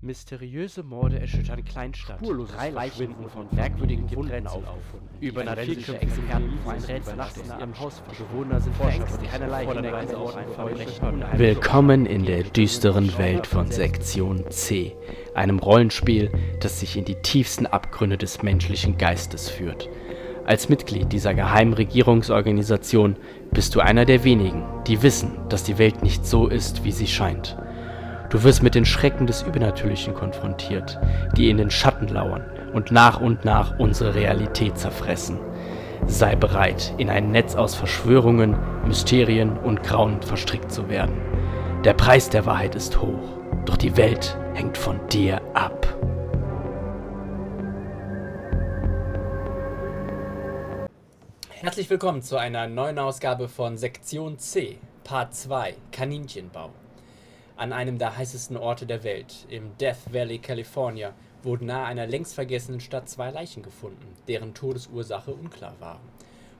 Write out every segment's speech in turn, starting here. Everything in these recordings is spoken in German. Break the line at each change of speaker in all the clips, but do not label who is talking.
Mysteriöse Morde erschüttern Kleinstadt.
Spurloses
Drei Leichen
Verschwinden
wurden
von
von merkwürdigen
Familien gibt
Funden
Rätsel auf.
aufgefunden.
Die
Übernatürliche
forensische
Experten
Experten
fallen
sind
Rätsel
übernachten
in
in
ihrem
ihrem
Haus. Bewohner sind verängstigt. Keinerlei
Forscher
Hinweise auf
vermuten
ein
Verbrechen.
Verbrechen.
Willkommen in der düsteren Welt von Sektion C, einem Rollenspiel, das sich in die tiefsten Abgründe des menschlichen Geistes führt. Als Mitglied dieser geheimen Regierungsorganisation bist du einer der wenigen, die wissen, dass die Welt nicht so ist, wie sie scheint. Du wirst mit den Schrecken des Übernatürlichen konfrontiert, die in den Schatten lauern und nach und nach unsere Realität zerfressen. Sei bereit, in ein Netz aus Verschwörungen, Mysterien und Grauen verstrickt zu werden. Der Preis der Wahrheit ist hoch, doch die Welt hängt von dir ab.
Herzlich willkommen zu einer neuen Ausgabe von Sektion C, Part 2, Kaninchenbau. An einem der heißesten Orte der Welt, im Death Valley, California, wurden nahe einer längst vergessenen Stadt zwei Leichen gefunden, deren Todesursache unklar war.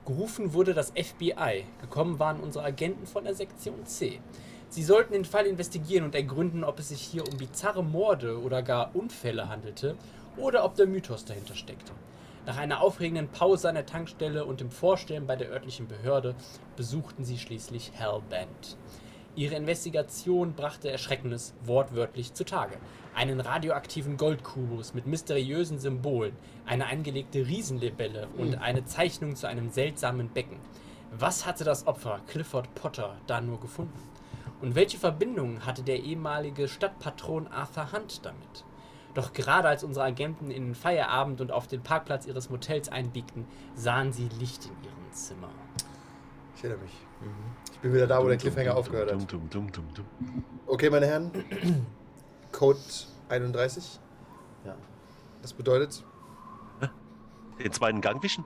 Gerufen wurde das FBI, gekommen waren unsere Agenten von der Sektion C. Sie sollten den Fall investigieren und ergründen, ob es sich hier um bizarre Morde oder gar Unfälle handelte oder ob der Mythos dahinter steckte. Nach einer aufregenden Pause an der Tankstelle und dem Vorstellen bei der örtlichen Behörde besuchten sie schließlich Hellbent. Ihre Investigation brachte Erschreckendes wortwörtlich zutage. Einen radioaktiven Goldkubus mit mysteriösen Symbolen, eine eingelegte Riesenlebelle und eine Zeichnung zu einem seltsamen Becken. Was hatte das Opfer Clifford Potter da nur gefunden? Und welche Verbindung hatte der ehemalige Stadtpatron Arthur Hunt damit? Doch gerade als unsere Agenten in den Feierabend und auf den Parkplatz ihres Motels einbiegten, sahen sie Licht in ihrem Zimmer.
Ich erinnere mich. Ich bin wieder da, wo der Cliffhanger aufgehört hat. Okay, meine Herren. Code 31.
Ja.
Das bedeutet.
Den zweiten Gang wischen?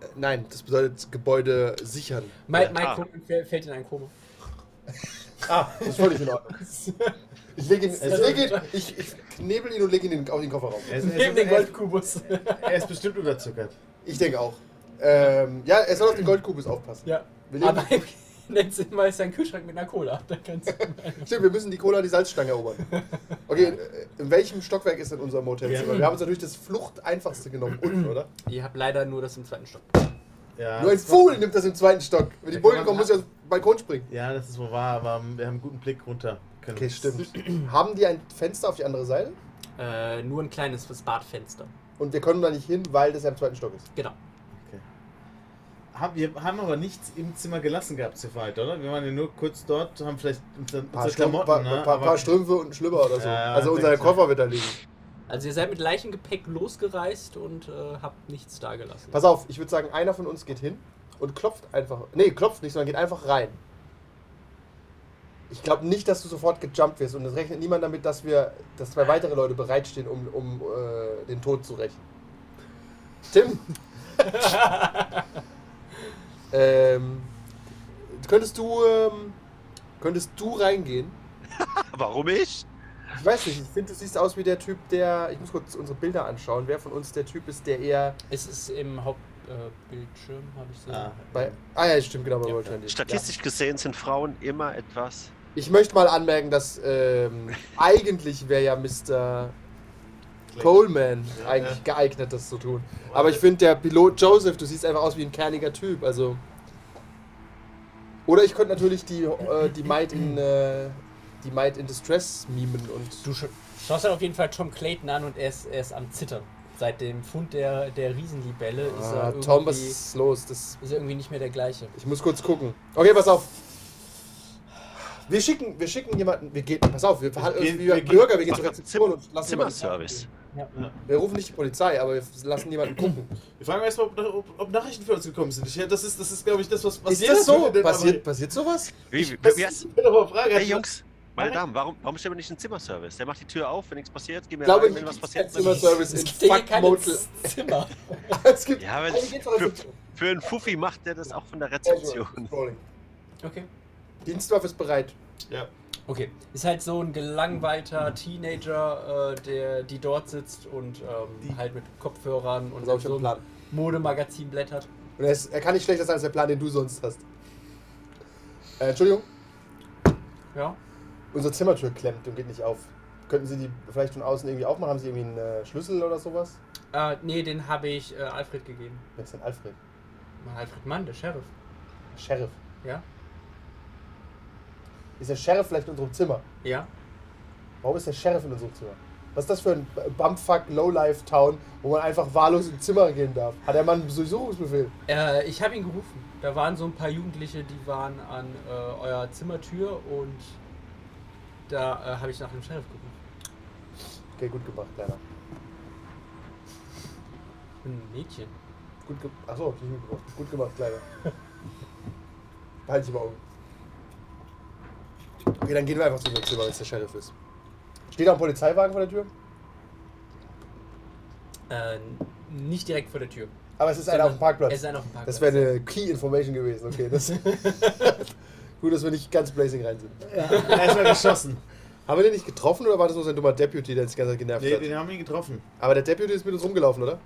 Äh, nein, das bedeutet Gebäude sichern.
Mike,
Mike ah.
fällt in ein Koma.
Ah, das ist völlig in Ordnung. Ich, lege ihn, ich,
Also-
lege ihn, ich, ich knebel ihn und lege ihn in den, auf den Kofferraum.
Er ist, er,
Neben
ist,
den
er, ist,
Goldkubus.
er ist bestimmt unterzuckert.
Ich denke auch. Ähm, ja, er soll auf den Goldkubus aufpassen.
ja.
Wir, legen,
Aber nennt sich mal ist ein Kühlschrank mit einer Cola. Da kannst du
stimmt, wir müssen die Cola die Salzstange erobern. Okay, äh, in welchem Stockwerk ist denn unser Motelzimmer? Wir haben uns natürlich das Flucht einfachste genommen, unten, oder?
Ihr habt leider nur das im zweiten Stock.
Ja,
Nur ein
das ist wohl-
Fool nimmt das im zweiten Stock. Wenn die
Ja, genau.
Bullen
kann man-
kommen, muss ich aus dem Balkon springen.
Ja, das ist wohl wahr, aber wir haben einen guten Blick runter. Können
Okay,
uns-
stimmt. Haben die ein Fenster auf die andere Seite?
Äh, nur ein kleines fürs Badfenster.
Und wir können da nicht hin, weil das ja im zweiten Stock ist.
Genau.
Hab, wir haben aber nichts im Zimmer gelassen gehabt zur Fight, oder? Wir waren ja nur kurz dort, haben vielleicht unsere,
Ein paar,
unsere
Strümpfe,
Klamotten,
paar,
ne?
paar,
aber-
paar Strümpfe und ein Schlüpper oder so.
Ja, ja,
also unser
denk so.
Koffer wird da liegen.
Also ihr seid mit Leichengepäck losgereist und äh, habt nichts dagelassen.
Pass auf, ich würde sagen, einer von uns geht hin und klopft einfach. Nee, klopft nicht, sondern geht einfach rein. Ich glaube nicht, dass du sofort gejumpt wirst und es rechnet niemand damit, dass wir, dass zwei weitere Leute bereitstehen, um, um äh, den Tod zu rächen. Tim! ähm, könntest du ähm, könntest du reingehen?
Warum ich?
Ich weiß nicht, ich finde, du siehst aus wie der Typ, der. Ich muss kurz unsere Bilder anschauen, wer von uns der Typ ist, der eher
Es ist im Hauptbildschirm, äh, Bildschirm, habe ich so.
Ah,
bei. Ah ja, stimmt, genau, bei
Ja,
World Trending. Ja.
Statistisch gesehen sind Frauen immer etwas.
Ich möchte mal anmerken, dass ähm, eigentlich wäre ja Mr.
Clay.
Coleman
Ja,
eigentlich
ja.
geeignet, das zu tun. Aber ich finde, der Pilot Joseph, du siehst einfach aus wie ein kerniger Typ. Also. Oder ich könnte natürlich die, äh, die Maid in äh, die Maid in Distress mimen und.
Du sch- schaust dann auf jeden Fall Tom Clayton an und er ist, er ist am Zittern. Seit dem Fund der, der Riesenlibelle ist, er
Ah,
irgendwie,
Tom, was ist los? Das,
ist er irgendwie nicht mehr der gleiche.
ich muss kurz gucken. Okay, pass auf. Wir schicken, wir schicken jemanden. Wir gehen. Pass auf, wir verhandeln
gehen-
uns wie
wir gehen-
Bürger, wir gehen zur
Zimmer-
Rezeption und lassen jemanden-
Zimmerservice.
Wir rufen nicht die Polizei, aber wir lassen jemanden gucken.
Wir fragen erstmal, ob, ob, ob Nachrichten für uns gekommen sind. Ich, ja, das ist, das ist glaube ich, das, was
Ist
passiert.
das so?
Wenn-
Passiert, passiert sowas?
Wie, wie,
Das
wie
ist eine hohe Frage.
hey Jungs, meine
Nein.
Damen, warum, warum stellen wir nicht einen Zimmerservice? Der macht die Tür auf, wenn nichts passiert, gehen
Ich
wir
glaube,
rein, wenn
hier
was
gibt's
passiert.
keinen Zimmerservice in Fuck Motel.
Zimmer.
Es gibt.
Ja, aber
Hey, wie geht's euch?
für, für einen Fuffi macht der das auch von der
Also, Casual
Rezeption.
Scrolling.
Okay.
Dienstwaffe ist bereit.
Ja.
Okay. Ist halt so ein gelangweilter Teenager, äh, der die dort sitzt und ähm,
Die-
halt mit Kopfhörern und
Das habe ich
so
im Plan.
Modemagazin blättert.
Und er, ist, er kann nicht schlechter sein als der Plan, den du sonst hast. Äh, Entschuldigung,
Ja.
unsere Zimmertür klemmt und geht nicht auf. Könnten Sie die vielleicht von außen irgendwie aufmachen? Haben Sie irgendwie einen äh, Schlüssel oder sowas?
Äh, nee, den habe ich äh, Alfred gegeben.
Wer ist denn Alfred?
Alfred Mann, der Sheriff.
Sheriff.
Ja?
Ist der Sheriff vielleicht in unserem Zimmer?
Ja?
Warum ist der Sheriff in unserem Zimmer? Was ist das für ein Bumfuck Lowlife Town, wo man einfach wahllos ins Zimmer gehen darf? Hat der Mann einen Durchsuchungsbefehl?
Äh, ich habe ihn gerufen. Da waren so ein paar Jugendliche, die waren an äh, eurer Zimmertür und da äh, habe ich nach dem Sheriff gerufen.
Okay, gut gemacht, Kleiner.
Ich bin ein Mädchen.
Gut ge Achso, hab ich nicht mitgebracht. Gut gemacht, Kleiner. Halt Behalte ich im Auge. um. Okay, dann gehen wir einfach zu unserem Zimmer, wenn es der Sheriff ist. Steht da ein Polizeiwagen vor der Tür?
Äh, nicht direkt vor der Tür.
Aber es ist einer auf dem Parkplatz.
Es ist einer auf dem Parkplatz.
Das wäre eine Key Information gewesen, okay. Das Gut, dass wir nicht ganz blazing rein sind.
Äh,
Erstmal geschossen.
Haben wir den nicht getroffen oder war das nur sein dummer Deputy, der uns die ganze Zeit genervt
Nee,
hat?
den haben wir getroffen.
Aber der Deputy ist mit uns rumgelaufen, oder?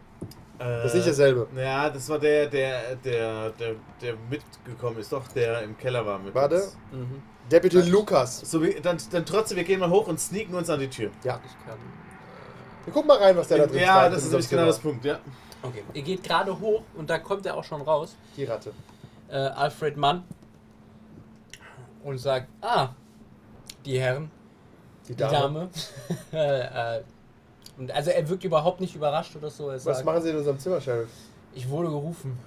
Das
ist nicht dasselbe.
Äh, Ja, das war der, der, der, der, der mitgekommen ist, doch, der im Keller war mit
Warte.
uns.
Mhm.
Deputy
Was?
Lukas.
So, wir, dann, dann trotzdem, wir gehen mal hoch und sneaken uns an die Tür.
Ja.
Ich kann.
Wir gucken mal rein, was der da drin
ja,
treibt
das
in
ist nämlich
unserem
genau das
Zimmer.
Punkt, ja.
Okay. Ihr geht gerade hoch und da kommt er auch schon raus.
Die Ratte.
äh, Alfred Mann und sagt, ah, die Herren,
Die
die
Dame.
Dame. äh, äh, und also er wirkt überhaupt nicht überrascht oder so. Er
Was
sagt,
machen Sie in unserem Zimmer, Sheriff?
ich wurde gerufen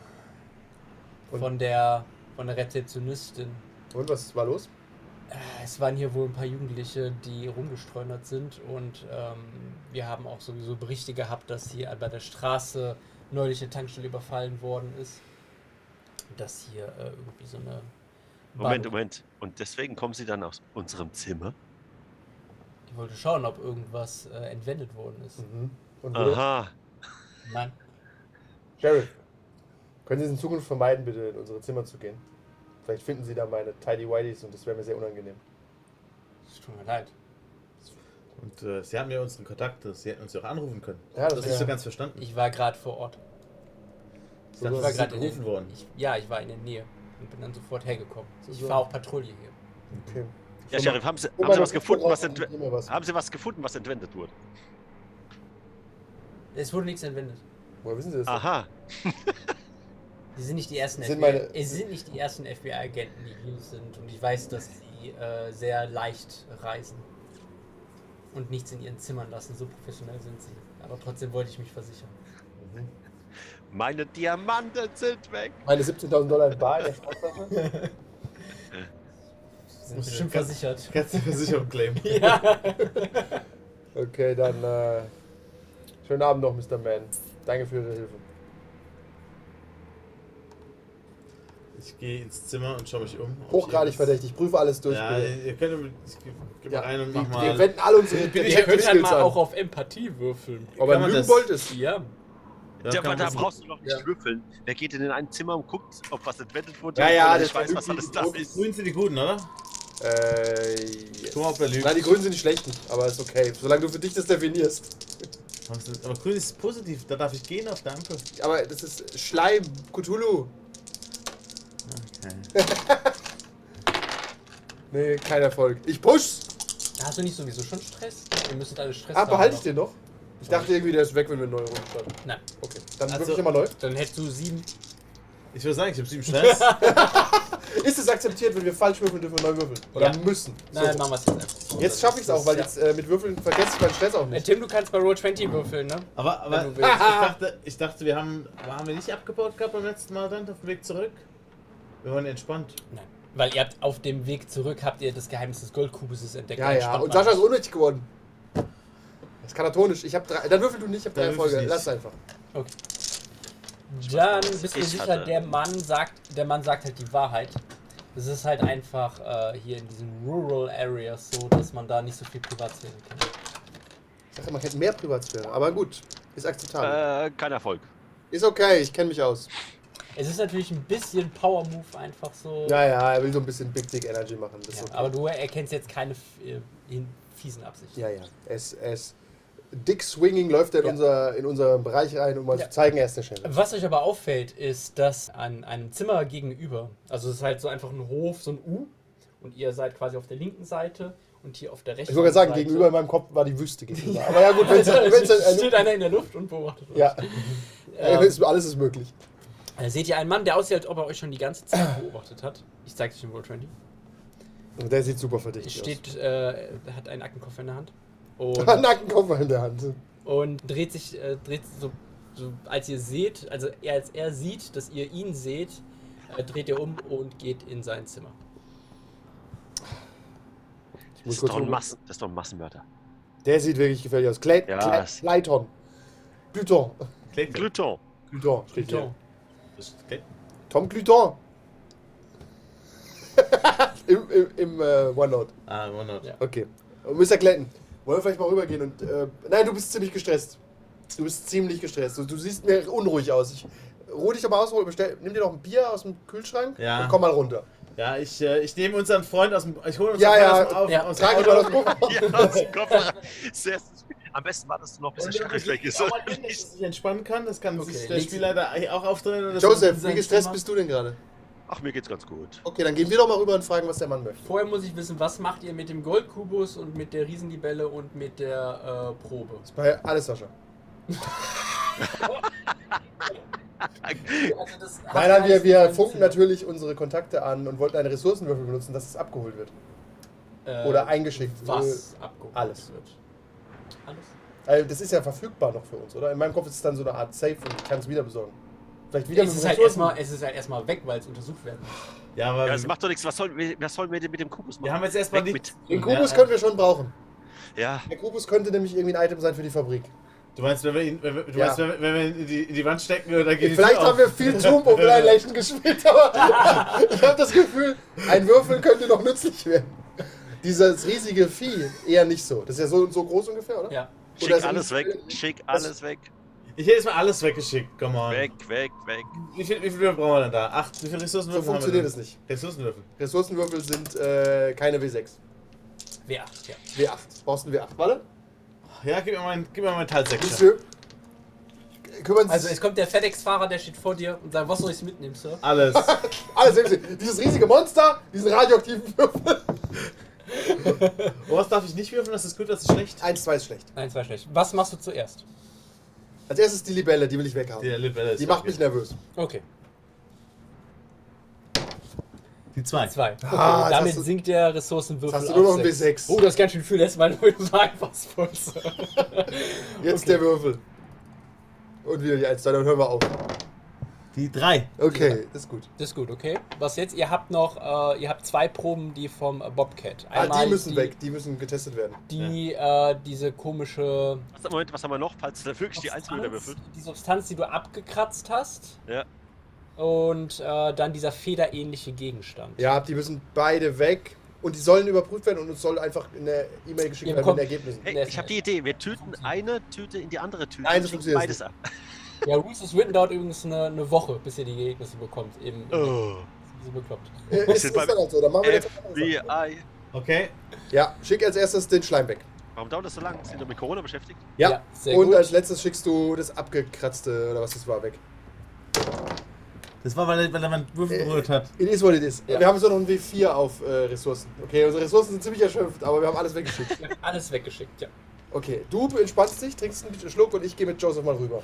Und?
von der von der Rezeptionistin.
Und was war los?
Äh, Es waren hier wohl ein paar Jugendliche, die rumgestreunert sind und ähm, wir haben auch sowieso Berichte gehabt, dass hier bei der Straße neulich eine Tankstelle überfallen worden ist. Dass hier äh, irgendwie so eine
Moment,
Bahn-
Moment. Und deswegen kommen sie dann aus unserem Zimmer?
Ich wollte schauen, ob irgendwas äh, entwendet worden ist.
Hm.
Mhm.
Und wurde-
Aha.
Nein.
Sheriff, können Sie es in Zukunft vermeiden, bitte in unsere Zimmer zu gehen? Vielleicht finden Sie da meine Tidy Whiteys und das wäre mir sehr unangenehm.
Es tut mir leid.
Und äh, sie haben ja unsere Kontakte, sie hätten uns ja auch anrufen können.
Ja,
Das
das wäre
ist nicht so
Ja.
ganz verstanden.
Ich war gerade vor Ort.
Ich
so-
Ich
so-
dachte,
war
sie sind
gerade in
gerufen
der,
worden.
ich, Ja, ich war in der Nähe und bin dann sofort hergekommen. Ich
So.
war auf Patrouille hier.
okay.
Ja, Sheriff, haben Sie,
Oh,
haben sie
meine
was gefunden, was
Frau braucht
entwe-
immer was.
haben Sie was gefunden, was entwendet wurde?
Es wurde nichts entwendet.
Woher wissen Sie das?
Aha.
Sie sind nicht die ersten
Sind
FBI
meine-
äh, Sie sind nicht die ersten FBI-Agenten, die hier sind. Und ich weiß, dass sie äh, sehr leicht reisen und nichts in ihren Zimmern lassen. So professionell sind sie. Aber trotzdem wollte ich mich versichern.
Meine Diamanten sind weg.
Meine 17.000 Dollar in Bar in der Sporttasche?
Sie sind
Muss
bestimmt
ich-
versichert.
Kannst du Versicherung claimen.
ja.
Okay, dann äh, schönen Abend noch, Mr. Man. Danke für Ihre Hilfe.
Ich gehe ins Zimmer und schaue mich um. ob
Hochgradig
ich irgendwas-
verdächtig, prüfe alles durch.
Ja,
bitte.
ihr könnt mit- ich geh, geh mal rein und
wir,
mach mal.
wir wenden alle unsere
Bin ich-
Ihr
direkten
könnt halt
Skills
mal
an.
auch auf Empathie würfeln.
Ob er
Kann man
lügen
das-
wolltest?
Ja.
Ja,
Ja, kann
aber
man
da
wissen.
brauchst du doch nicht
Ja.
würfeln. Wer geht denn in ein Zimmer und guckt, ob was entwendet wurde?
Ja, ja,
ohne
das
ich weiß,
war
was alles
irgendwie
da
grob-
ist.
Grün sind die Guten, oder?
Äh, yes.
Guck mal, ob er lügt.
Nein, die Grünen sind die schlechten, aber ist okay. Solange du für dich das definierst.
Was ist- Aber grün ist positiv, da darf ich gehen auf der Ampel.
Aber das ist Schleim, Cthulhu. Nee, kein Erfolg. Ich push's!
Hast du nicht sowieso schon Stress? Ihr müsstet alle Stress
Ah,
haben
behalte
noch.
ich den noch? Ich dachte irgendwie, der ist weg, wenn wir neu runter.
Nein.
Okay, dann
Also-
also, wirklich immer neu.
Dann hättest du sieben.
Ich würde sagen, ich habe sieben Stress.
Ist es akzeptiert, wenn wir falsch würfeln, dürfen wir neu würfeln? Oder
Ja.
müssen?
Nein,
So.
machen wir es jetzt einfach. so.
Jetzt schaffe ich es auch, weil jetzt äh, mit Würfeln vergesse ich meinen Stress auch
Äh,
nicht.
Tim, du kannst bei Roll20 würfeln, ne?
aber aber
Wenn du
ich,
willst.
dachte, ich dachte, wir haben. Haben wir nicht abgebaut gehabt beim letzten Mal dann auf dem Weg zurück? Wir waren entspannt.
Nein. Weil ihr habt auf dem Weg zurück habt ihr das Geheimnis des Goldkubuses entdeckt.
Ja, ja.
Entspannt
Und
mal.
Sascha ist unnötig geworden. Das ist katatonisch. Ich habe drei. Dann würfel du nicht, ich habe drei
Dann würfel
Erfolge.
nicht.
Lass einfach.
Dann bist du
Ich
sicher,
hatte-
der Mann sagt, der Mann sagt halt die Wahrheit. Es ist halt einfach äh, hier in diesen Rural Areas so, dass man da nicht so viel Privatsphäre kennt.
Ich dachte, man hätte mehr Privatsphäre. Aber gut, ist akzeptabel.
Äh, kein Erfolg.
Äh.
Ist okay, ich kenne mich aus.
Es ist natürlich ein bisschen Power Move einfach so.
Ja, ja, er will so ein bisschen Big Dick Energy machen. Das ist
Ja,
okay.
aber du erkennst jetzt keine f- äh, in- fiesen Absichten.
ja, ja. Es, es, Dick Swinging läuft er in,
Ja.
unser, in unseren Bereich rein, um mal
Ja. Äh,
zu zeigen, er ist der Sheriff.
Was euch aber auffällt, ist, dass an einem Zimmer gegenüber, also es ist halt so einfach ein Hof, so ein U, und ihr seid quasi auf der linken Seite Und hier auf der rechten
Ich wollte gerade sagen,
Seite
gegenüber in meinem Kopf war die Wüste gegenüber. Aber ja gut, wenn es ein...
steht einer in der Luft und beobachtet uns.
Ja,
Ähm,
Ist- alles ist möglich.
äh, seht ihr einen Mann, der aussieht, als ob er euch schon die ganze Zeit beobachtet hat. Ich zeig's euch im World 20.
Und Der sieht super verdächtig
Steht, äh, hat einen Ackenkoffer in der Hand. Und
aus. Nackenkoffer in der Hand.
und dreht sich, äh, dreht so, so, als ihr seht, also er, als er sieht, dass ihr ihn seht, äh, dreht er um und geht in sein Zimmer.
Ich
Das
muss
ist,
kurz
doch ein
gucken.
Massen, das ist doch ein Massenmörder.
Der sieht wirklich gefährlich aus. Klei
Ja,
Klei
es-
Leiton. Pluton.
Clayton.
Glüton.
Pluton steht hier.
Das ist Clayton.
Tom Cluton. Im im, im äh, One-Note.
Ah, one not.
Ja.
Okay. Und Mr. Clayton, wollen wir vielleicht mal rübergehen und. Äh, nein, du bist ziemlich gestresst. Du bist ziemlich gestresst. Du, du siehst mir unruhig aus. Ich ruh dich aber aus, hol- bestell, nimm dir noch ein Bier aus dem Kühlschrank
Ja.
und komm mal runter.
Ja, ich, äh, ich nehme unseren Freund aus dem. Ich hole unseren
Ja, ja,
Freund aus dem Auf.
ja,
aus dem
Trag ihn
Auto.
mal aus dem Koffer.
Ja, aus dem Koffer. Sehr, am besten wartest du noch, bis der Stachel weg ist.
Ja, man kann, dass er sich entspannen kann, das kann
Okay,
sich der
nächste.
Spielleiter auch aufdrehen. und das-
Joseph, wie
sein
gestresst
Zimmer.
bist du denn gerade?
Ach, mir geht's ganz gut.
Okay, dann gehen wir doch mal rüber und fragen, was der Mann möchte.
Vorher muss ich wissen, was macht ihr mit dem Goldkubus und mit der Riesenlibelle und mit der äh, Probe?
Bei alles, Sascha.
Also das hat
Nein, nein,
alles
wir, wir
mit dem
funken
Zimmer.
natürlich unsere Kontakte an und wollten einen Ressourcenwürfel benutzen, dass es abgeholt wird.
Äh,
Oder eingeschickt.
Was abgeholt
alles.
wird. Alles?
Äh, Also das ist ja verfügbar noch für uns, oder? In meinem Kopf ist es dann so eine Art Safe und ich kann es wieder besorgen. Vielleicht wieder
es,
mit
ist halt
Ressourcen.
erstmal, es ist halt erstmal weg, weil es untersucht werden muss.
Ja, aber
Ja, das macht doch nichts. Was sollen wir, was sollen wir denn mit dem Kubus machen?
wir haben jetzt erstmal
Weg
nicht.
Den Kubus
äh,
Ja,
können wir schon brauchen.
Ja,
Der Kubus könnte nämlich irgendwie ein Item sein für die Fabrik.
Du meinst, wenn wir ihn, wenn wir, du
Ja.
meinst, wenn wir, wenn wir ihn in, die, in die Wand stecken, dann geht die
Vielleicht
Tür
haben wir viel Trump und ein Lächeln gespielt, aber ich habe das Gefühl, ein Würfel könnte noch nützlich werden. Dieses riesige Vieh eher nicht so. Das ist ja so, so groß ungefähr, oder?
Ja.
schick
Oder es
alles
ist-
weg. Schick alles weg.
auf. Ich hätte jetzt mal alles weggeschickt, come on.
Weg, weg, weg.
Wie viel, wie viel Würfel brauchen wir denn da? Acht, wie viele Ressourcenwürfel
So
haben wir
funktioniert
denn?
es nicht.
Ressourcenwürfel.
Ressourcenwürfel sind äh, keine W6.
Wer? Ja.
W8. Brauchst du einen W8? Warte.
Ja, gib mir meinen, gib mir meinen
Nicht
Teilsektor.
für. Kümmern Sie
Also es
sich.
kommt der FedEx-Fahrer, der steht vor dir und sagt, was soll ich mitnehmen, Sir?
Alles.
Alles nehmen Sie. Dieses riesige Monster, diesen radioaktiven Würfel.
Was darf ich nicht würfeln? Das ist gut, das ist schlecht.
Eins, zwei ist schlecht.
Nein, es war schlecht. Was machst du zuerst?
Als erstes die Libelle, die will ich weghaben.
Der Libelle ist
Die macht
okay.
mich nervös.
Okay,
Die zwei.
zwei. Okay,
Ah, jetzt
damit
hast du-
sinkt der Ressourcenwürfel.
Jetzt hast du nur
auf
noch ein
sechs.
W6.
Oh, das ist ganz schön viel, das war einfach was voll.
Jetzt der Würfel. Und wieder die 1, 2, dann hören wir auf.
Die drei.
Okay, ist gut.
Das ist gut, okay. Was jetzt? Ihr habt noch, äh, ihr habt zwei Proben, die vom äh, Bobcat.
Ah, die müssen
die,
weg, die müssen getestet werden.
Die, äh, diese komische
Was, Moment, was haben wir noch, falls da wirklich die Eins wieder würfelt?
die Substanz, die du abgekratzt hast.
Ja.
Und äh, dann dieser federähnliche Gegenstand.
Ja, die müssen beide weg. Und die sollen überprüft werden und uns soll einfach eine E-Mail geschickt
Ja,
werden
komm.
mit Ergebnissen.
Hey,
Nee,
ich habe die Idee. Wir töten eine Tüte in die andere Tüte.
Nein,
und
das
schicken
funktioniert
beides ab.
Ja, Rules is Written dauert übrigens eine, eine Woche, bis ihr die Ergebnisse bekommt. Im,
Oh.
so bekloppt.
Äh, Ist
sind
ist
bei-
dann halt so, dann machen wir jetzt
FBI.
Okay.
Ja, schick als erstes den Schleim weg.
Warum dauert das so lange? Sind wir mit Corona beschäftigt?
Ja,
Ja, sehr
und
gut.
als letztes schickst du das abgekratzte oder was das war weg.
Das war, weil er, weil er meinen Würfel
Äh.
berührt hat.
It is what it is.
Ja.
Wir haben so noch ein W4 auf äh, Ressourcen. Okay, unsere Ressourcen sind ziemlich erschöpft, aber wir haben alles weggeschickt.
Ihr habt Alles weggeschickt, ja.
Okay, du entspannst dich, trinkst einen Schluck und ich gehe mit Joseph mal rüber.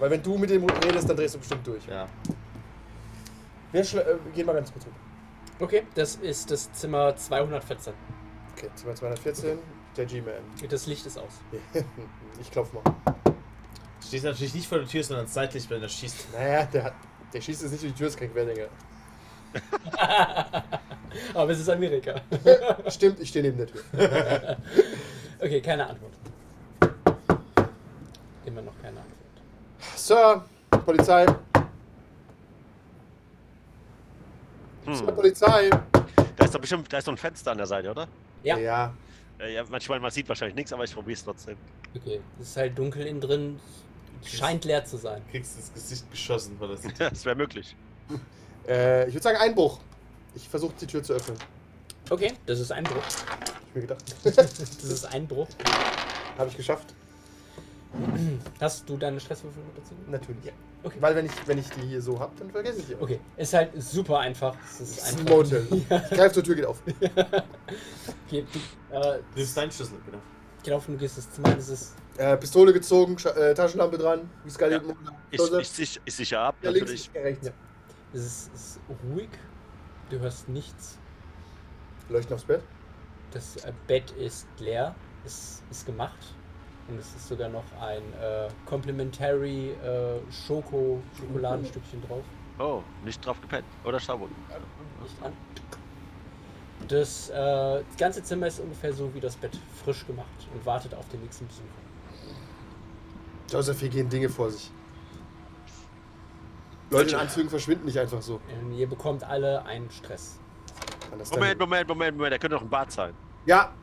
Weil wenn du mit dem redest, dann drehst du bestimmt durch.
Ja.
Wir schla- äh, gehen mal ganz kurz rüber.
Okay, das ist das Zimmer 214.
Okay, Zimmer 214, der G-Man.
Das Licht ist aus.
Ich klopf mal.
Du stehst natürlich nicht vor der Tür, sondern seitlich, wenn er schießt.
Naja, der, hat, der schießt jetzt nicht durch die Tür, das kriegt Wellinger.
Aber es ist Amerika.
Stimmt, ich stehe neben der Tür.
Okay, keine Antwort. Immer noch keine Antwort.
Sir, Polizei.
Hm.
Sir,
Hm.
Polizei.
Da ist doch bestimmt, da ist doch ein Fenster an der Seite, oder?
Ja.
ja.
Äh, ja, manchmal man sieht wahrscheinlich nichts, aber ich probiere es trotzdem.
Okay, es ist halt dunkel innen drin. Scheint leer zu sein.
Kriegst ins Gesicht geschossen, weil das.
das wäre möglich.
Äh, ich würde sagen Einbruch. Ich versuche die Tür zu öffnen.
Okay, das ist Einbruch.
Hab ich mir gedacht.
Das ist Einbruch.
Habe ich geschafft.
Hast du deine Stresswürfel bezogen?
Natürlich.
Ja, okay.
Weil wenn ich, wenn ich die hier so hab, dann vergesse ich die. auch.
Okay, ist halt super einfach. Es ist
Das ist ein
einfach.
Motel. Ich greif zur Tür, geht auf.
Geh, du, äh,
Das ist dein Schlüssel, genau.
gelaufen, du gehst ins Zimmer, das ist
Äh, Pistole gezogen, Scha äh, Taschenlampe dran, wie Scully
Ja.
ja.
Ich, ich, ich, ich sichere ab,
ja, links,
natürlich.
ja, rechts.
Ja. Es ist, es ist ruhig, du hörst nichts.
Leuchten aufs Bett.
Das äh, Bett ist leer, es ist gemacht. Und es ist sogar noch ein äh, Complimentary äh, Schoko Schokoladenstückchen drauf.
Oh, nicht drauf gepennt. Oder Schaubund.
Nicht an. Das, äh, das ganze Zimmer ist ungefähr so wie das Bett, frisch gemacht und wartet auf den nächsten Besucher.
Joseph, hier gehen Dinge vor sich. Leute in Anzügen verschwinden nicht einfach so.
Und Ähm, ihr bekommt alle einen Stress.
Kann das
Moment,
dann-
Moment, Moment, Moment. Da könnte doch ein Bad sein.
Ja,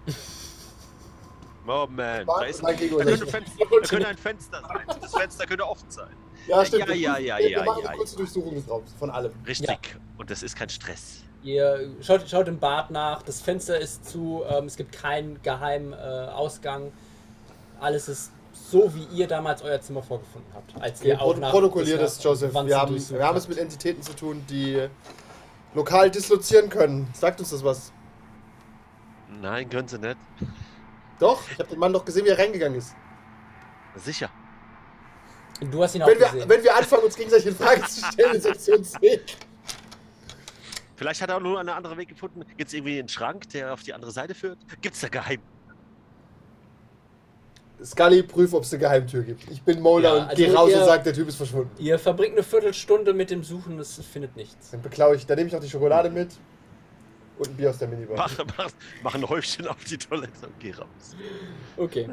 Moment.
Bad
Da, ist, da,
nein, gegen
könnte
euch.
ein Fenster, da könnte ein Fenster sein. Das Fenster könnte offen sein.
ja, stimmt.
Ja, ja, ja,
Wir
ja,
machen
ja,
eine kurze
ja.
Durchsuchung des Raums, von allem.
Richtig. Und das ist kein Stress.
Ihr schaut, schaut im Bad nach, das Fenster ist zu, ähm, es gibt keinen geheimen äh, Ausgang. Alles ist so, wie ihr damals euer Zimmer vorgefunden habt. Als ihr auch nach,
Protokolliert
bis
es,
nach
Joseph.
Wanzen
Wir haben,
durchsucht
wir haben es
habt.
mit Entitäten zu tun, die lokal dislozieren können. Sagt uns das was?
Nein, können sie nicht.
Doch, ich habe den Mann doch gesehen, wie er reingegangen ist.
Sicher.
Du hast ihn auch
Wenn wir,
gesehen.
wenn wir anfangen, uns gegenseitig in Frage zu stellen in Sektion C.
Vielleicht hat er auch nur einen anderen Weg gefunden. Gibt es irgendwie einen Schrank, der auf die andere Seite führt? Gibt es da geheim?
Scully, prüf, ob es eine Geheimtür gibt. Ich bin Mola
Ja,
und
also
geh raus
ihr-
und sag, der Typ ist verschwunden.
ihr verbringt eine Viertelstunde mit dem Suchen, es findet nichts.
Dann beklaue ich, dann nehme ich noch die Schokolade mit und ein Bier aus der Minibar.
Mach, mach, mach ein Häufchen auf die Toilette und geh raus.
Okay.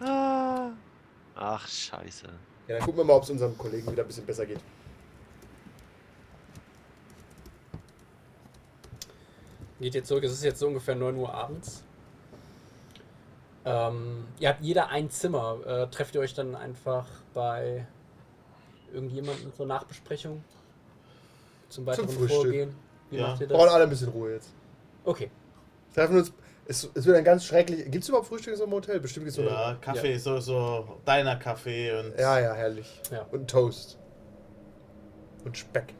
Ah. Ach, scheiße.
Ja, dann gucken wir mal, ob es unserem Kollegen wieder ein bisschen besser geht.
Geht jetzt zurück, es ist jetzt so ungefähr 9 Uhr abends. Ähm, ihr habt jeder ein Zimmer. Äh, trefft ihr euch dann einfach bei irgendjemandem zur Nachbesprechung? Zum weiteren
Frühstück.
Vorgehen? Wie
Ja.
macht ihr
Brauchen
das?
alle ein bisschen Ruhe jetzt.
Okay.
Treffen uns. Es, es wird ein ganz schrecklich. Gibt es überhaupt Frühstück in so einem Hotel? Bestimmt gibt es
Ja, Kaffee ist sowieso deiner Kaffee und.
Äh, ja, ja, herrlich.
Ja.
Und Toast. Und Speck.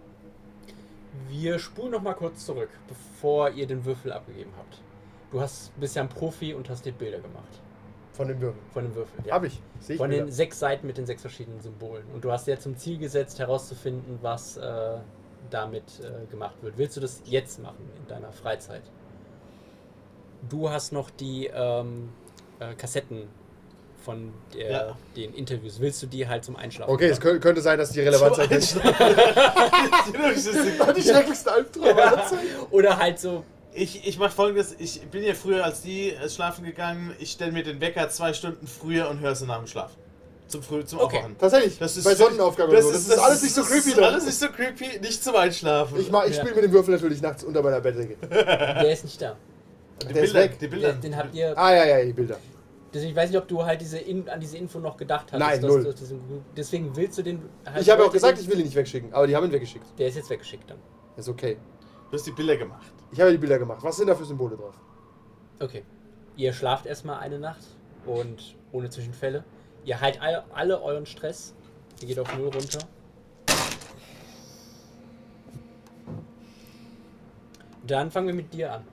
Wir spulen nochmal kurz zurück, bevor ihr den Würfel abgegeben habt. Du hast, bist ja ein Profi und hast dir Bilder gemacht.
Von dem Würfel.
Von dem Würfel.
Hab ich. Sehe ich
Von
wieder.
den sechs Seiten mit den sechs verschiedenen Symbolen. Und du hast dir jetzt zum Ziel gesetzt, herauszufinden, was äh, damit äh, gemacht wird. Willst du das jetzt machen, in deiner Freizeit? Du hast noch die ähm, äh, Kassetten von der,
Ja.
den Interviews. Willst du die halt zum Einschlafen?
Okay, es
machen?
könnte, könnte sein, dass die Relevanz halt nicht. Die schrecklichsten Albträume aller Zeiten.
Oder halt so,
Ich, ich mach folgendes: Ich bin ja früher als die äh, schlafen gegangen. Ich stelle mir den Wecker zwei Stunden früher und höre sie nach dem Schlaf. Zum, Früh, zum
Okay.
Aufwachen.
Tatsächlich,
Das ist
bei Sonnenaufgang oder so. Das, ist alles nicht so creepy.
Das ist
dran.
alles nicht so creepy, nicht zum Einschlafen.
Ich, mach- ich
Ja.
spiele mit dem Würfel natürlich nachts unter meiner Bettdecke.
der ist nicht da.
die
der ist
Bilder,
weg.
die Bilder.
Den, den habt ihr.
Ah, ja, ja, die Bilder.
Deswegen, ich weiß nicht, ob du halt diese In an diese Info noch gedacht hast.
Nein,
dass
null.
du aus diesem- deswegen willst du den. Halt
Ich habe ja auch
heute
gesagt,
den-
ich will ihn nicht wegschicken, aber die haben ihn weggeschickt.
Der ist jetzt weggeschickt dann.
Ist okay.
Du hast die Bilder gemacht.
Ich habe ja die Bilder gemacht. Was sind da für Symbole drauf?
Okay. Ihr schlaft erstmal eine Nacht und ohne Zwischenfälle. Ihr heilt all, alle euren Stress. Ihr geht auf Null runter. Dann fangen wir mit dir an.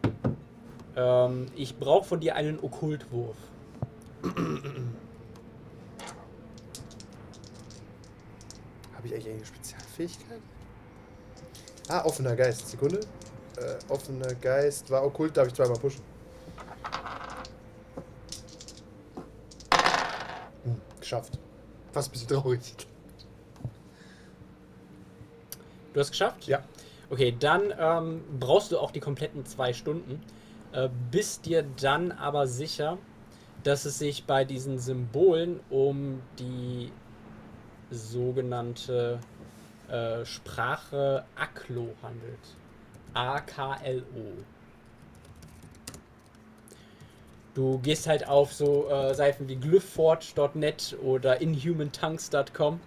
Ähm, ich brauche von dir einen Okkultwurf.
Habe ich eigentlich eine Spezialfähigkeit? Ah, offener Geist. Sekunde. Äh, offener Geist war okkult, darf ich zweimal pushen. Hm, geschafft. Fast ein bisschen traurig.
Du hast geschafft?
Ja.
Okay, dann ähm, brauchst du auch die kompletten zwei Stunden. Äh, bist dir dann aber sicher, dass es sich bei diesen Symbolen um die sogenannte äh, Sprache Aklo handelt. A-K-L-O. Du gehst halt auf so äh, Seiten wie glyphforge.net oder inhumantanks.com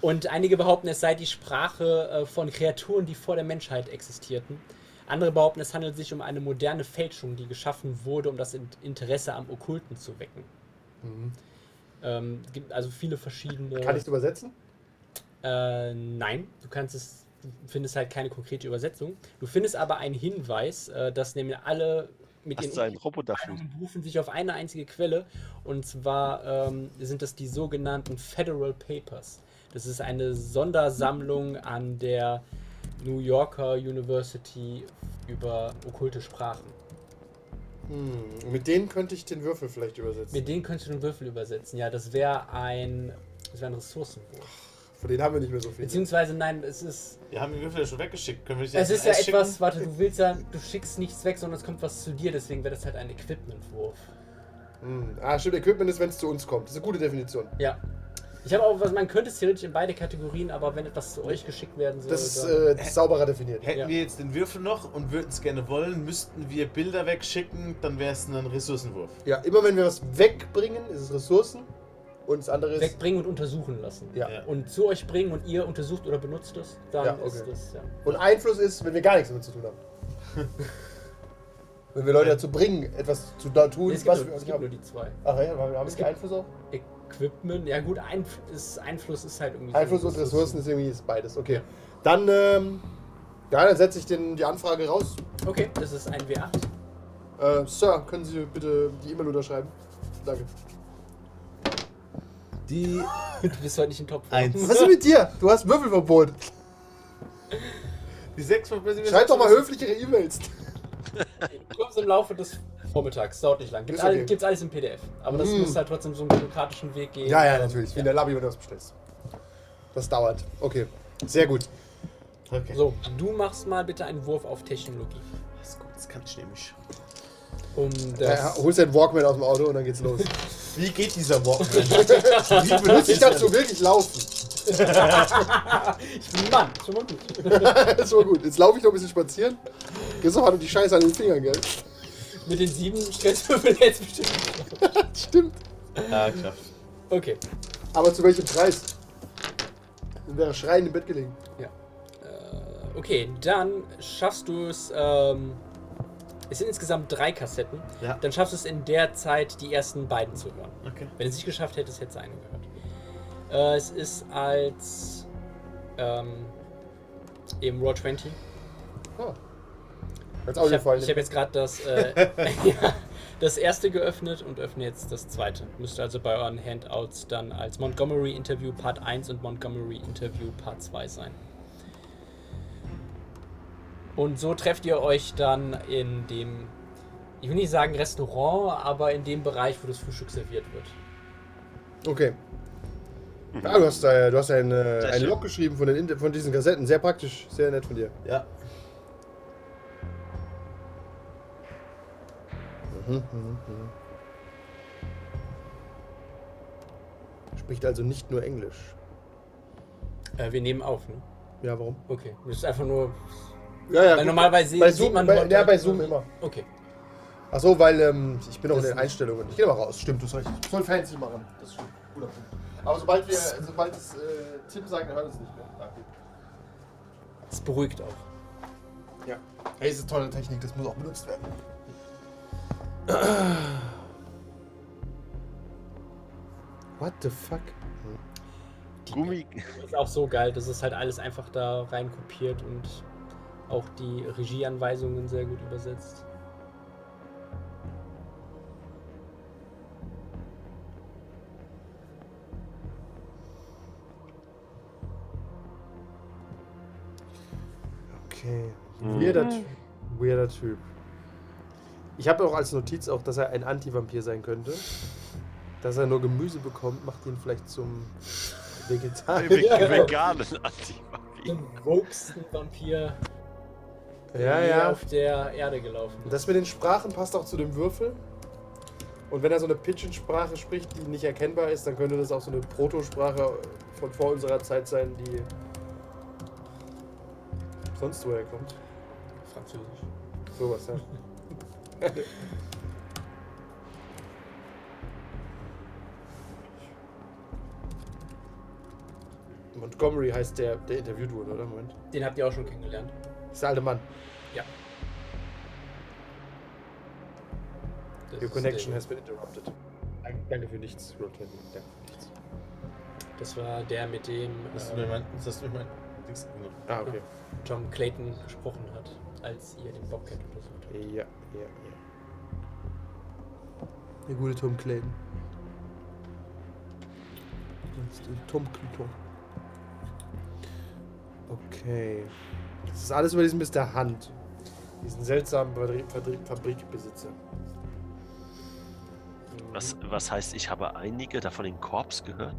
und einige behaupten, es sei die Sprache äh, von Kreaturen, die vor der Menschheit existierten. Andere behaupten, es handelt sich um eine moderne Fälschung, die geschaffen wurde, um das In- Interesse am Okkulten zu wecken. Ähm, gibt also viele verschiedene.
Mhm. Kann ich es übersetzen?
Äh, nein, du kannst es, du findest halt keine konkrete Übersetzung. Du findest aber einen Hinweis, äh, dass nämlich alle mit
Hast du einen Roboter für?
Meinungen berufen sich auf eine einzige Quelle und zwar ähm, sind das die sogenannten Federal Papers. Das ist eine Sondersammlung an der New Yorker University über okkulte Sprachen.
Hm, mit denen könnte ich den Würfel vielleicht übersetzen.
Mit denen könntest du den Würfel übersetzen. Ja, das wäre ein, das wäre ein Ressourcenwurf.
Von denen haben wir nicht mehr so viel.
Beziehungsweise nein, es ist
Wir haben die Würfel ja schon weggeschickt. Können wir die
Es
jetzt
ist ja
erst
etwas,
schicken?
warte, du willst ja, du schickst nichts weg, sondern es kommt was zu dir, deswegen wäre das halt ein Equipmentwurf.
Hm. Ah, stimmt, Equipment ist, wenn es zu uns kommt. Das ist eine gute Definition.
Ja. Ich habe auch, was man könnte es theoretisch in beide Kategorien, aber wenn etwas zu euch geschickt werden soll,
Das ist
dann-
äh, sauberer definiert.
Hätten
Ja.
wir jetzt den Würfel noch und würden es gerne wollen, müssten wir Bilder wegschicken, dann wäre es ein Ressourcenwurf.
Ja, immer wenn wir was wegbringen, ist es Ressourcen und das andere ist.
wegbringen und untersuchen lassen.
Ja.
Ja.
Und zu euch bringen und ihr untersucht oder benutzt es, dann
Ja,
ist
okay.
das ja.
Und Einfluss ist, wenn wir gar nichts damit zu tun haben. wenn wir Leute dazu bringen, etwas zu da tun,
Nee, es gibt,
was
nur,
wir
es
uns
gibt nur
haben.
die zwei.
Ach ja, haben wir
Es
haben
gibt-
Einfluss auch?
Equipment, ja gut, Einf ist, Einfluss ist halt irgendwie. so-
Einfluss und Ressourcen ist irgendwie ist beides. Okay. Dann, ähm, ja, dann setze ich den, die Anfrage raus.
Okay, das ist ein W8.
Äh, Sir, können Sie bitte die E-Mail unterschreiben? Danke.
Die
Du bist heute nicht im Topf.
Was ist denn mit dir? Du hast Würfelverbot.
Die sechs von Präsident-
Schreib doch mal höflichere E-Mails.
Du kommst im Laufe des Vormittags, dauert nicht lang. Gibt
Ist
all,
okay.
gibt's alles im PDF. Aber das
Mm.
muss halt trotzdem so einen bürokratischen Weg gehen.
Ja, ja, natürlich. Wie in der Labi, wenn du was bestellst. Das dauert. Okay. Sehr gut.
Okay.
So, du machst mal bitte einen Wurf auf Technologie.
Das ist gut, das kann ich nämlich.
Um
Ja,
das.
holst deinen Walkman aus dem Auto und dann geht's los.
Wie geht dieser Walkman? Wie benutze
Ich
ich das?
dazu wirklich laufen.
Ich bin Mann, schon mal gut.
Das war gut. Jetzt laufe ich noch ein bisschen spazieren. Christoph hat um die Scheiße an den Fingern, gell?
Mit den sieben Stresswürfeln jetzt bestimmt.
Stimmt.
Ja, geschafft.
Okay.
Aber zu welchem Preis? Dann wäre Schreien im Bett gelegen.
Äh, Okay, dann schaffst du es. Ähm, es sind insgesamt drei Kassetten.
Ja.
Dann schaffst du es in der Zeit, die ersten beiden zu hören.
Okay.
Wenn du es nicht geschafft hättest, hättest du eine gehört. Äh, es ist als ähm, im Raw 20.
Ah.
Ich
Als
habe
Audiofall.
hab jetzt gerade das, äh, ja, das erste geöffnet und öffne jetzt das zweite. Müsste also bei euren Handouts dann als Montgomery Interview Part 1 und Montgomery Interview Part 2 sein. Und so trefft ihr euch dann in dem, ich will nicht sagen Restaurant, aber in dem Bereich, wo das Frühstück serviert wird.
Okay. Ja, du hast, da, du hast ein, äh,
Sehr
ein
schön.
Log geschrieben von, den, Inter- von diesen Kassetten. Sehr praktisch. Sehr nett von dir.
Ja.
Mhm, Spricht also nicht nur Englisch.
Äh, wir nehmen auf, ne?
Ja, warum?
Okay, das ist einfach nur,
Ja, ja.
weil
gut.
normalerweise
bei
sieht
Zoom,
man
bei,
Leute-
ja, bei Zoom immer.
Okay,
Ach so, weil ähm, ich bin auch in
Das
den
nicht.
Einstellungen. Ich gehe mal raus. Stimmt, du hast recht. Ich soll fancy machen. Das stimmt. Guter Punkt. Aber sobald wir, sobald es äh, Tim sagt, dann hören wir es nicht mehr. Ah,
das beruhigt auch.
Ja. Hey, ist eine tolle Technik, das muss auch benutzt werden. What the fuck?
Gummi.
ist auch so geil, das ist halt alles einfach da rein kopiert und auch die Regieanweisungen sehr gut übersetzt.
Okay.
Mhm.
Weirder, Typ. Weirder Typ. Ich habe auch als Notiz auch, dass er ein Antivampir sein könnte. Dass er nur Gemüse bekommt, macht ihn vielleicht zum Vegetarier.
Veganen Antimagie.
Den woksten Vampir,
Ja,
der
ja.
auf der Erde gelaufen
Und
ist.
Das mit den Sprachen passt auch zu dem Würfel. Und wenn er so eine Pidgin-Sprache spricht, die nicht erkennbar ist, dann könnte das auch so eine Protosprache von vor unserer Zeit sein, die sonst woher kommt.
Französisch.
Sowas, ja. Montgomery heißt der, der interviewt wurde, oder? Moment.
Den habt ihr auch schon kennengelernt.
Ist der alte Mann.
Das
Your
ist
connection
der-
has been interrupted. Ein Danke für nichts, Lord Henry. Danke für nichts.
Das war der, mit dem
Hast du mir
ähm,
mein. Hast du mir mein. Dings genommen?
Ah, okay.
Tom Clayton gesprochen hat, als ihr den Bobcat untersucht habt.
Ja, ja, ja. Der gute Tom Clayton. Das ist der Tom Clayton. Okay. Das ist alles über diesen Mr. Hunt. Diesen seltsamen Fabri Fabri Fabrikbesitzer.
Was, was heißt, ich habe einige davon den Korps gehört?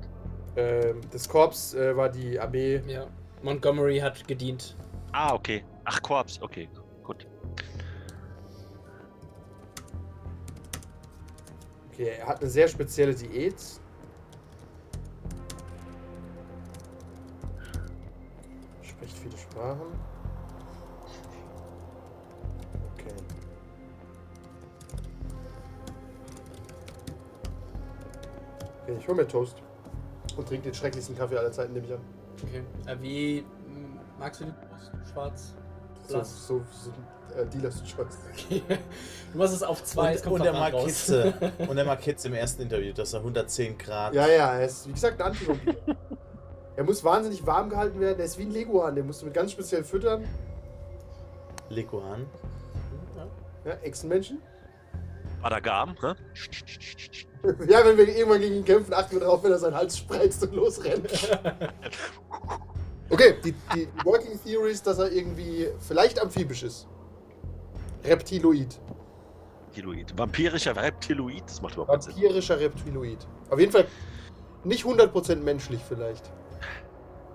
Ähm, das Korps äh, war die Armee.
Ja. Montgomery hat gedient.
Ah, okay. Ach, Korps, okay. Gut.
Okay, er hat eine sehr spezielle Diät. Spricht viele Sprachen. Okay. Okay, ich hol mir Toast. Und trink den schrecklichsten Kaffee aller Zeiten, nehme ich an.
Okay. Äh, wie m, magst du die Brust? Schwarz?
So,
Blass?
so, so äh, Dealers Choice.
Okay. Du machst es auf zwei, es
und,
kommt
und der
verbrannt
mag
raus.
Hitze. und der mag Hitze im ersten Interview, dass er 110 Grad.
Ja, ja, er ist, wie gesagt, ein Antilope. er muss wahnsinnig warm gehalten werden. Er ist wie ein Leguan. Den musst du mit ganz speziell füttern.
Leguan.
Ja.
Ja, Echsenmenschen.
Badagam, ne? hä?
Ja, wenn wir irgendwann gegen ihn kämpfen, achten wir darauf, wenn er seinen Hals spreizt und losrennt. Okay, die, die Working Theory ist, dass er irgendwie vielleicht amphibisch ist. Reptiloid.
Reptiloid. Vampirischer Reptiloid? Das macht überhaupt keinen Sinn.
Vampirischer Reptiloid. Auf jeden Fall nicht 100% menschlich vielleicht.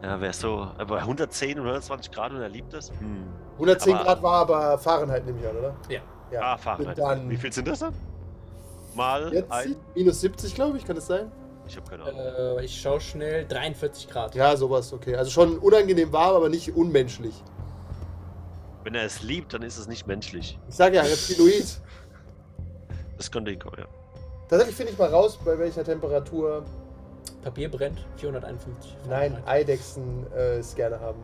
Ja, wäre so aber 110, 120 Grad und er liebt das. Hm.
110
Aber-
Grad war aber Fahrenheit, nehme ich an, oder?
Ja.
Ja.
Ah, Fahrenheit.
dann-
Wie viel sind das dann? Mal
Jetzt
ein.
minus 70, glaube ich, kann das sein?
Ich habe keine Ahnung.
Äh, ich schau schnell. 43 Grad.
Ja, sowas, okay. Also schon unangenehm warm, aber nicht unmenschlich.
Wenn er es liebt, dann ist es nicht menschlich.
Ich sage ja, Reptiloid.
Das könnte hinkommen, ja.
Tatsächlich finde ich mal raus, bei welcher Temperatur
Papier brennt. 451.
Nein,
Fahrenheit.
Eidechsen äh, es gerne haben.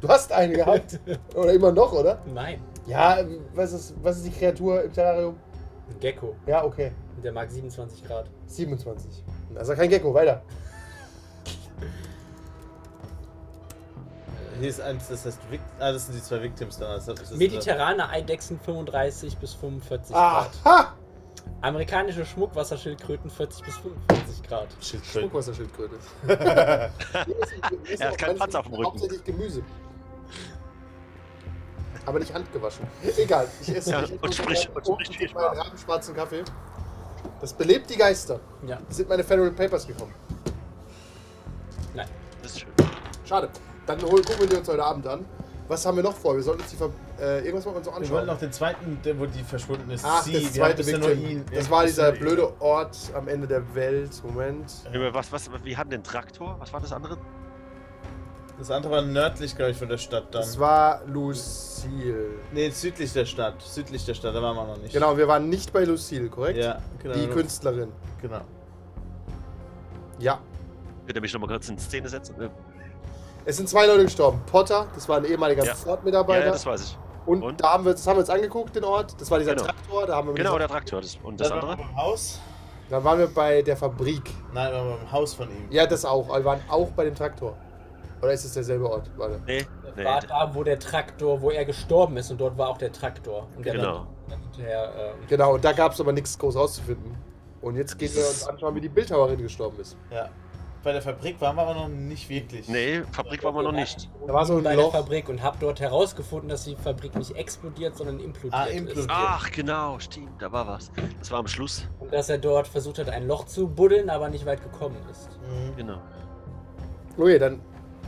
du hast eine gehabt. Oder immer noch, oder?
Nein.
Ja, ähm, was ist, was ist die Kreatur im Terrarium?
Ein Gecko.
Ja, okay.
Der mag 27 Grad.
27. Also kein Gecko, weiter.
Hier ist eins, das heißt. Vic ah, das sind die zwei Victims dann. Das das ist
Mediterrane Eidechsen 35 bis 45
Ah.
Grad.
Aha!
Amerikanische Schmuckwasserschildkröten 40 bis 45 Grad.
eine Schildkröte.
Schmuckwasserschildkröte.
Er hat keinen Panzer auf dem Rücken.
Hauptsächlich Gemüse. Aber nicht handgewaschen. Egal, ich esse
Ja,
ich esse
und sprich-
meinen-
und sprich viel
meinen
Spaß.
rabenschwarzen Kaffee. Das belebt die Geister.
Ja,
sind meine Federal Papers gekommen.
nein.
Das ist schön.
Äh. Schade. Dann hol, gucken wir uns heute Abend an. Was haben wir noch vor? Wir sollten uns die Ver äh, irgendwas mal uns noch
Wir
anschauen.
wollen noch den zweiten, der, wo die verschwunden ist.
Ach,
Sie,
das
wir haben
zweite
bisher nur
Victim.
ihn.
Das
Ja,
war
bisher
dieser
nur ihn.
blöde Ort am Ende der Welt. Moment.
Über Äh, was, was, wir hatten den Traktor. Was war das andere?
Das andere war nördlich, glaube ich, von der Stadt dann.
Das war Lucille.
nee, südlich der Stadt. Südlich der Stadt, da waren wir noch nicht.
Genau, wir waren nicht bei Lucille, korrekt?
Ja, genau.
Die Künstlerin.
Genau.
Ja.
Könnt ihr mich nochmal kurz in Szene setzen? Äh,
Es sind zwei Leute gestorben. Potter, das war ein ehemaliger
Ja. Ja,
Ford-Mitarbeiter.
ja, das weiß ich.
und,
und?
da haben wir, das haben wir uns angeguckt, den Ort. Das war dieser
Genau.
Traktor. Da, haben wir
Genau,
gesagt-
der Traktor. Das, und das
Dann
andere?
waren wir beim Haus.
da waren wir bei der Fabrik.
Nein, wir waren beim Haus von ihm.
Ja, das auch. Wir waren auch bei dem Traktor. Oder ist es derselbe Ort? Warte.
Nee, nee.
War da, wo der Traktor, wo er gestorben ist und dort war auch der Traktor. Und der
Genau.
war dann hinterher, äh,
Genau, und da gab es aber nichts groß auszufinden. Und jetzt gehen wir uns anschauen, wie die Bildhauerin gestorben ist.
Ja. Bei der Fabrik waren wir aber noch nicht wirklich.
Nee, Fabrik waren wir noch nicht.
Da war so ein
bei
Loch.
der Fabrik und hab dort herausgefunden, dass die Fabrik nicht explodiert, sondern implodiert
Ah, implodiert.
ist.
Ach, genau, stimmt, da war was. Das war am Schluss.
Und dass er dort versucht hat, ein Loch zu buddeln, aber nicht weit gekommen ist.
Mhm.
Genau.
Okay, Oh dann.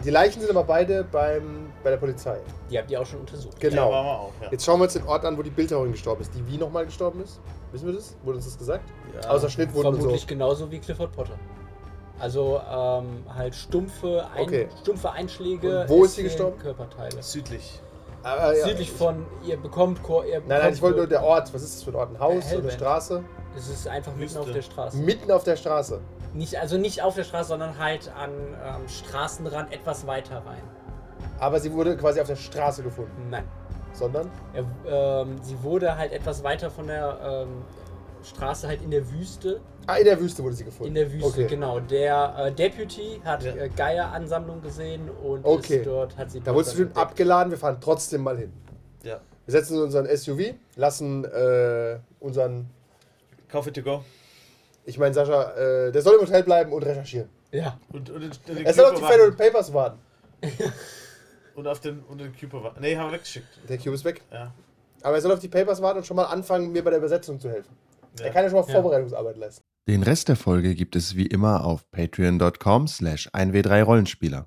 Die Leichen sind aber beide beim, bei der Polizei.
Die habt ihr auch schon untersucht.
Genau.
Ja, waren wir auch, ja.
Jetzt schauen wir uns den Ort an, wo die Bildhauerin gestorben ist. Die wie nochmal gestorben ist? Wissen wir das? Wurde uns das gesagt?
Ja.
Außer Schnittwunden und so.
Vermutlich genauso wie Clifford Potter. Also ähm, halt stumpfe, ein,
Okay.
stumpfe Einschläge.
Und wo
es
ist sie
fehlen
gestorben?
Körperteile.
Südlich.
Ah, ja.
Südlich von, ihr bekommt Chor. Ihr
Nein, nein, ich wollte nur
bekommt-
der Ort. Was ist das für ein Ort? Ein Haus oder eine
Hellbent.
Straße?
Es ist einfach mitten
Wüste.
auf der Straße.
Mitten auf der Straße.
Nicht, also nicht auf der Straße, sondern halt an, am Straßenrand etwas weiter rein.
Aber sie wurde quasi auf der Straße gefunden.
Nein.
sondern
Er, ähm, sie wurde halt etwas weiter von der ähm, Straße, halt in der Wüste.
ah, in der Wüste wurde sie gefunden.
In der Wüste,
okay.
genau. Der äh, Deputy hat
Ja.
äh, Geieransammlung gesehen und
Okay.
ist dort hat sie.
Da wurde es bestimmt
entdeckt.
abgeladen, wir fahren trotzdem mal hin.
Ja.
Wir setzen uns in unseren SUV, lassen äh, unseren,
Coffee to go.
ich meine Sascha, äh, der soll im Hotel bleiben und recherchieren.
Ja,
Und, und, und den
Er soll auf die
Cube
Federal
warten.
Papers warten.
Und auf den, und den Cube warten. Nee, haben wir weggeschickt.
Der Cube ist weg.
Ja.
Aber er soll auf die Papers warten und schon mal anfangen, mir bei der Übersetzung zu helfen.
ja.
Er kann ja schon mal
Ja.
Vorbereitungsarbeit leisten.
Den Rest der Folge gibt es wie immer auf patreon.com slash 1w3rollenspieler.